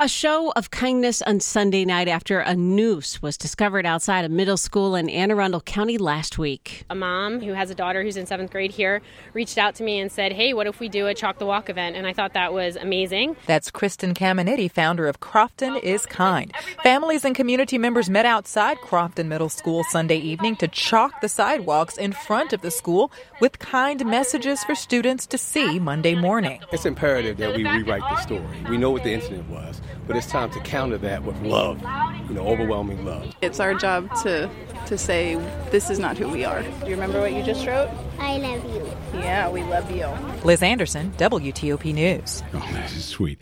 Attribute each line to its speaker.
Speaker 1: A show of kindness on Sunday night after a noose was discovered outside a middle school in Anne Arundel County last week.
Speaker 2: A mom who has a daughter who's in seventh grade here reached out to me and said, Hey, what if we do a Chalk the Walk event? And I thought that was amazing.
Speaker 3: That's Kristen Caminiti, founder of Crofton is Kind. Families and community members met outside Crofton Middle School Sunday evening to chalk the sidewalks in front of the school with kind messages for students to see Monday morning.
Speaker 4: It's imperative that we rewrite the story. We know what the incident was, but it's time to counter that with love, you know, overwhelming love.
Speaker 5: It's our job to to say this is not who we are. Do you remember what you just wrote?
Speaker 6: I love you.
Speaker 5: Yeah, we love you.
Speaker 3: Liz Anderson, WTOP News.
Speaker 7: Oh, that is sweet.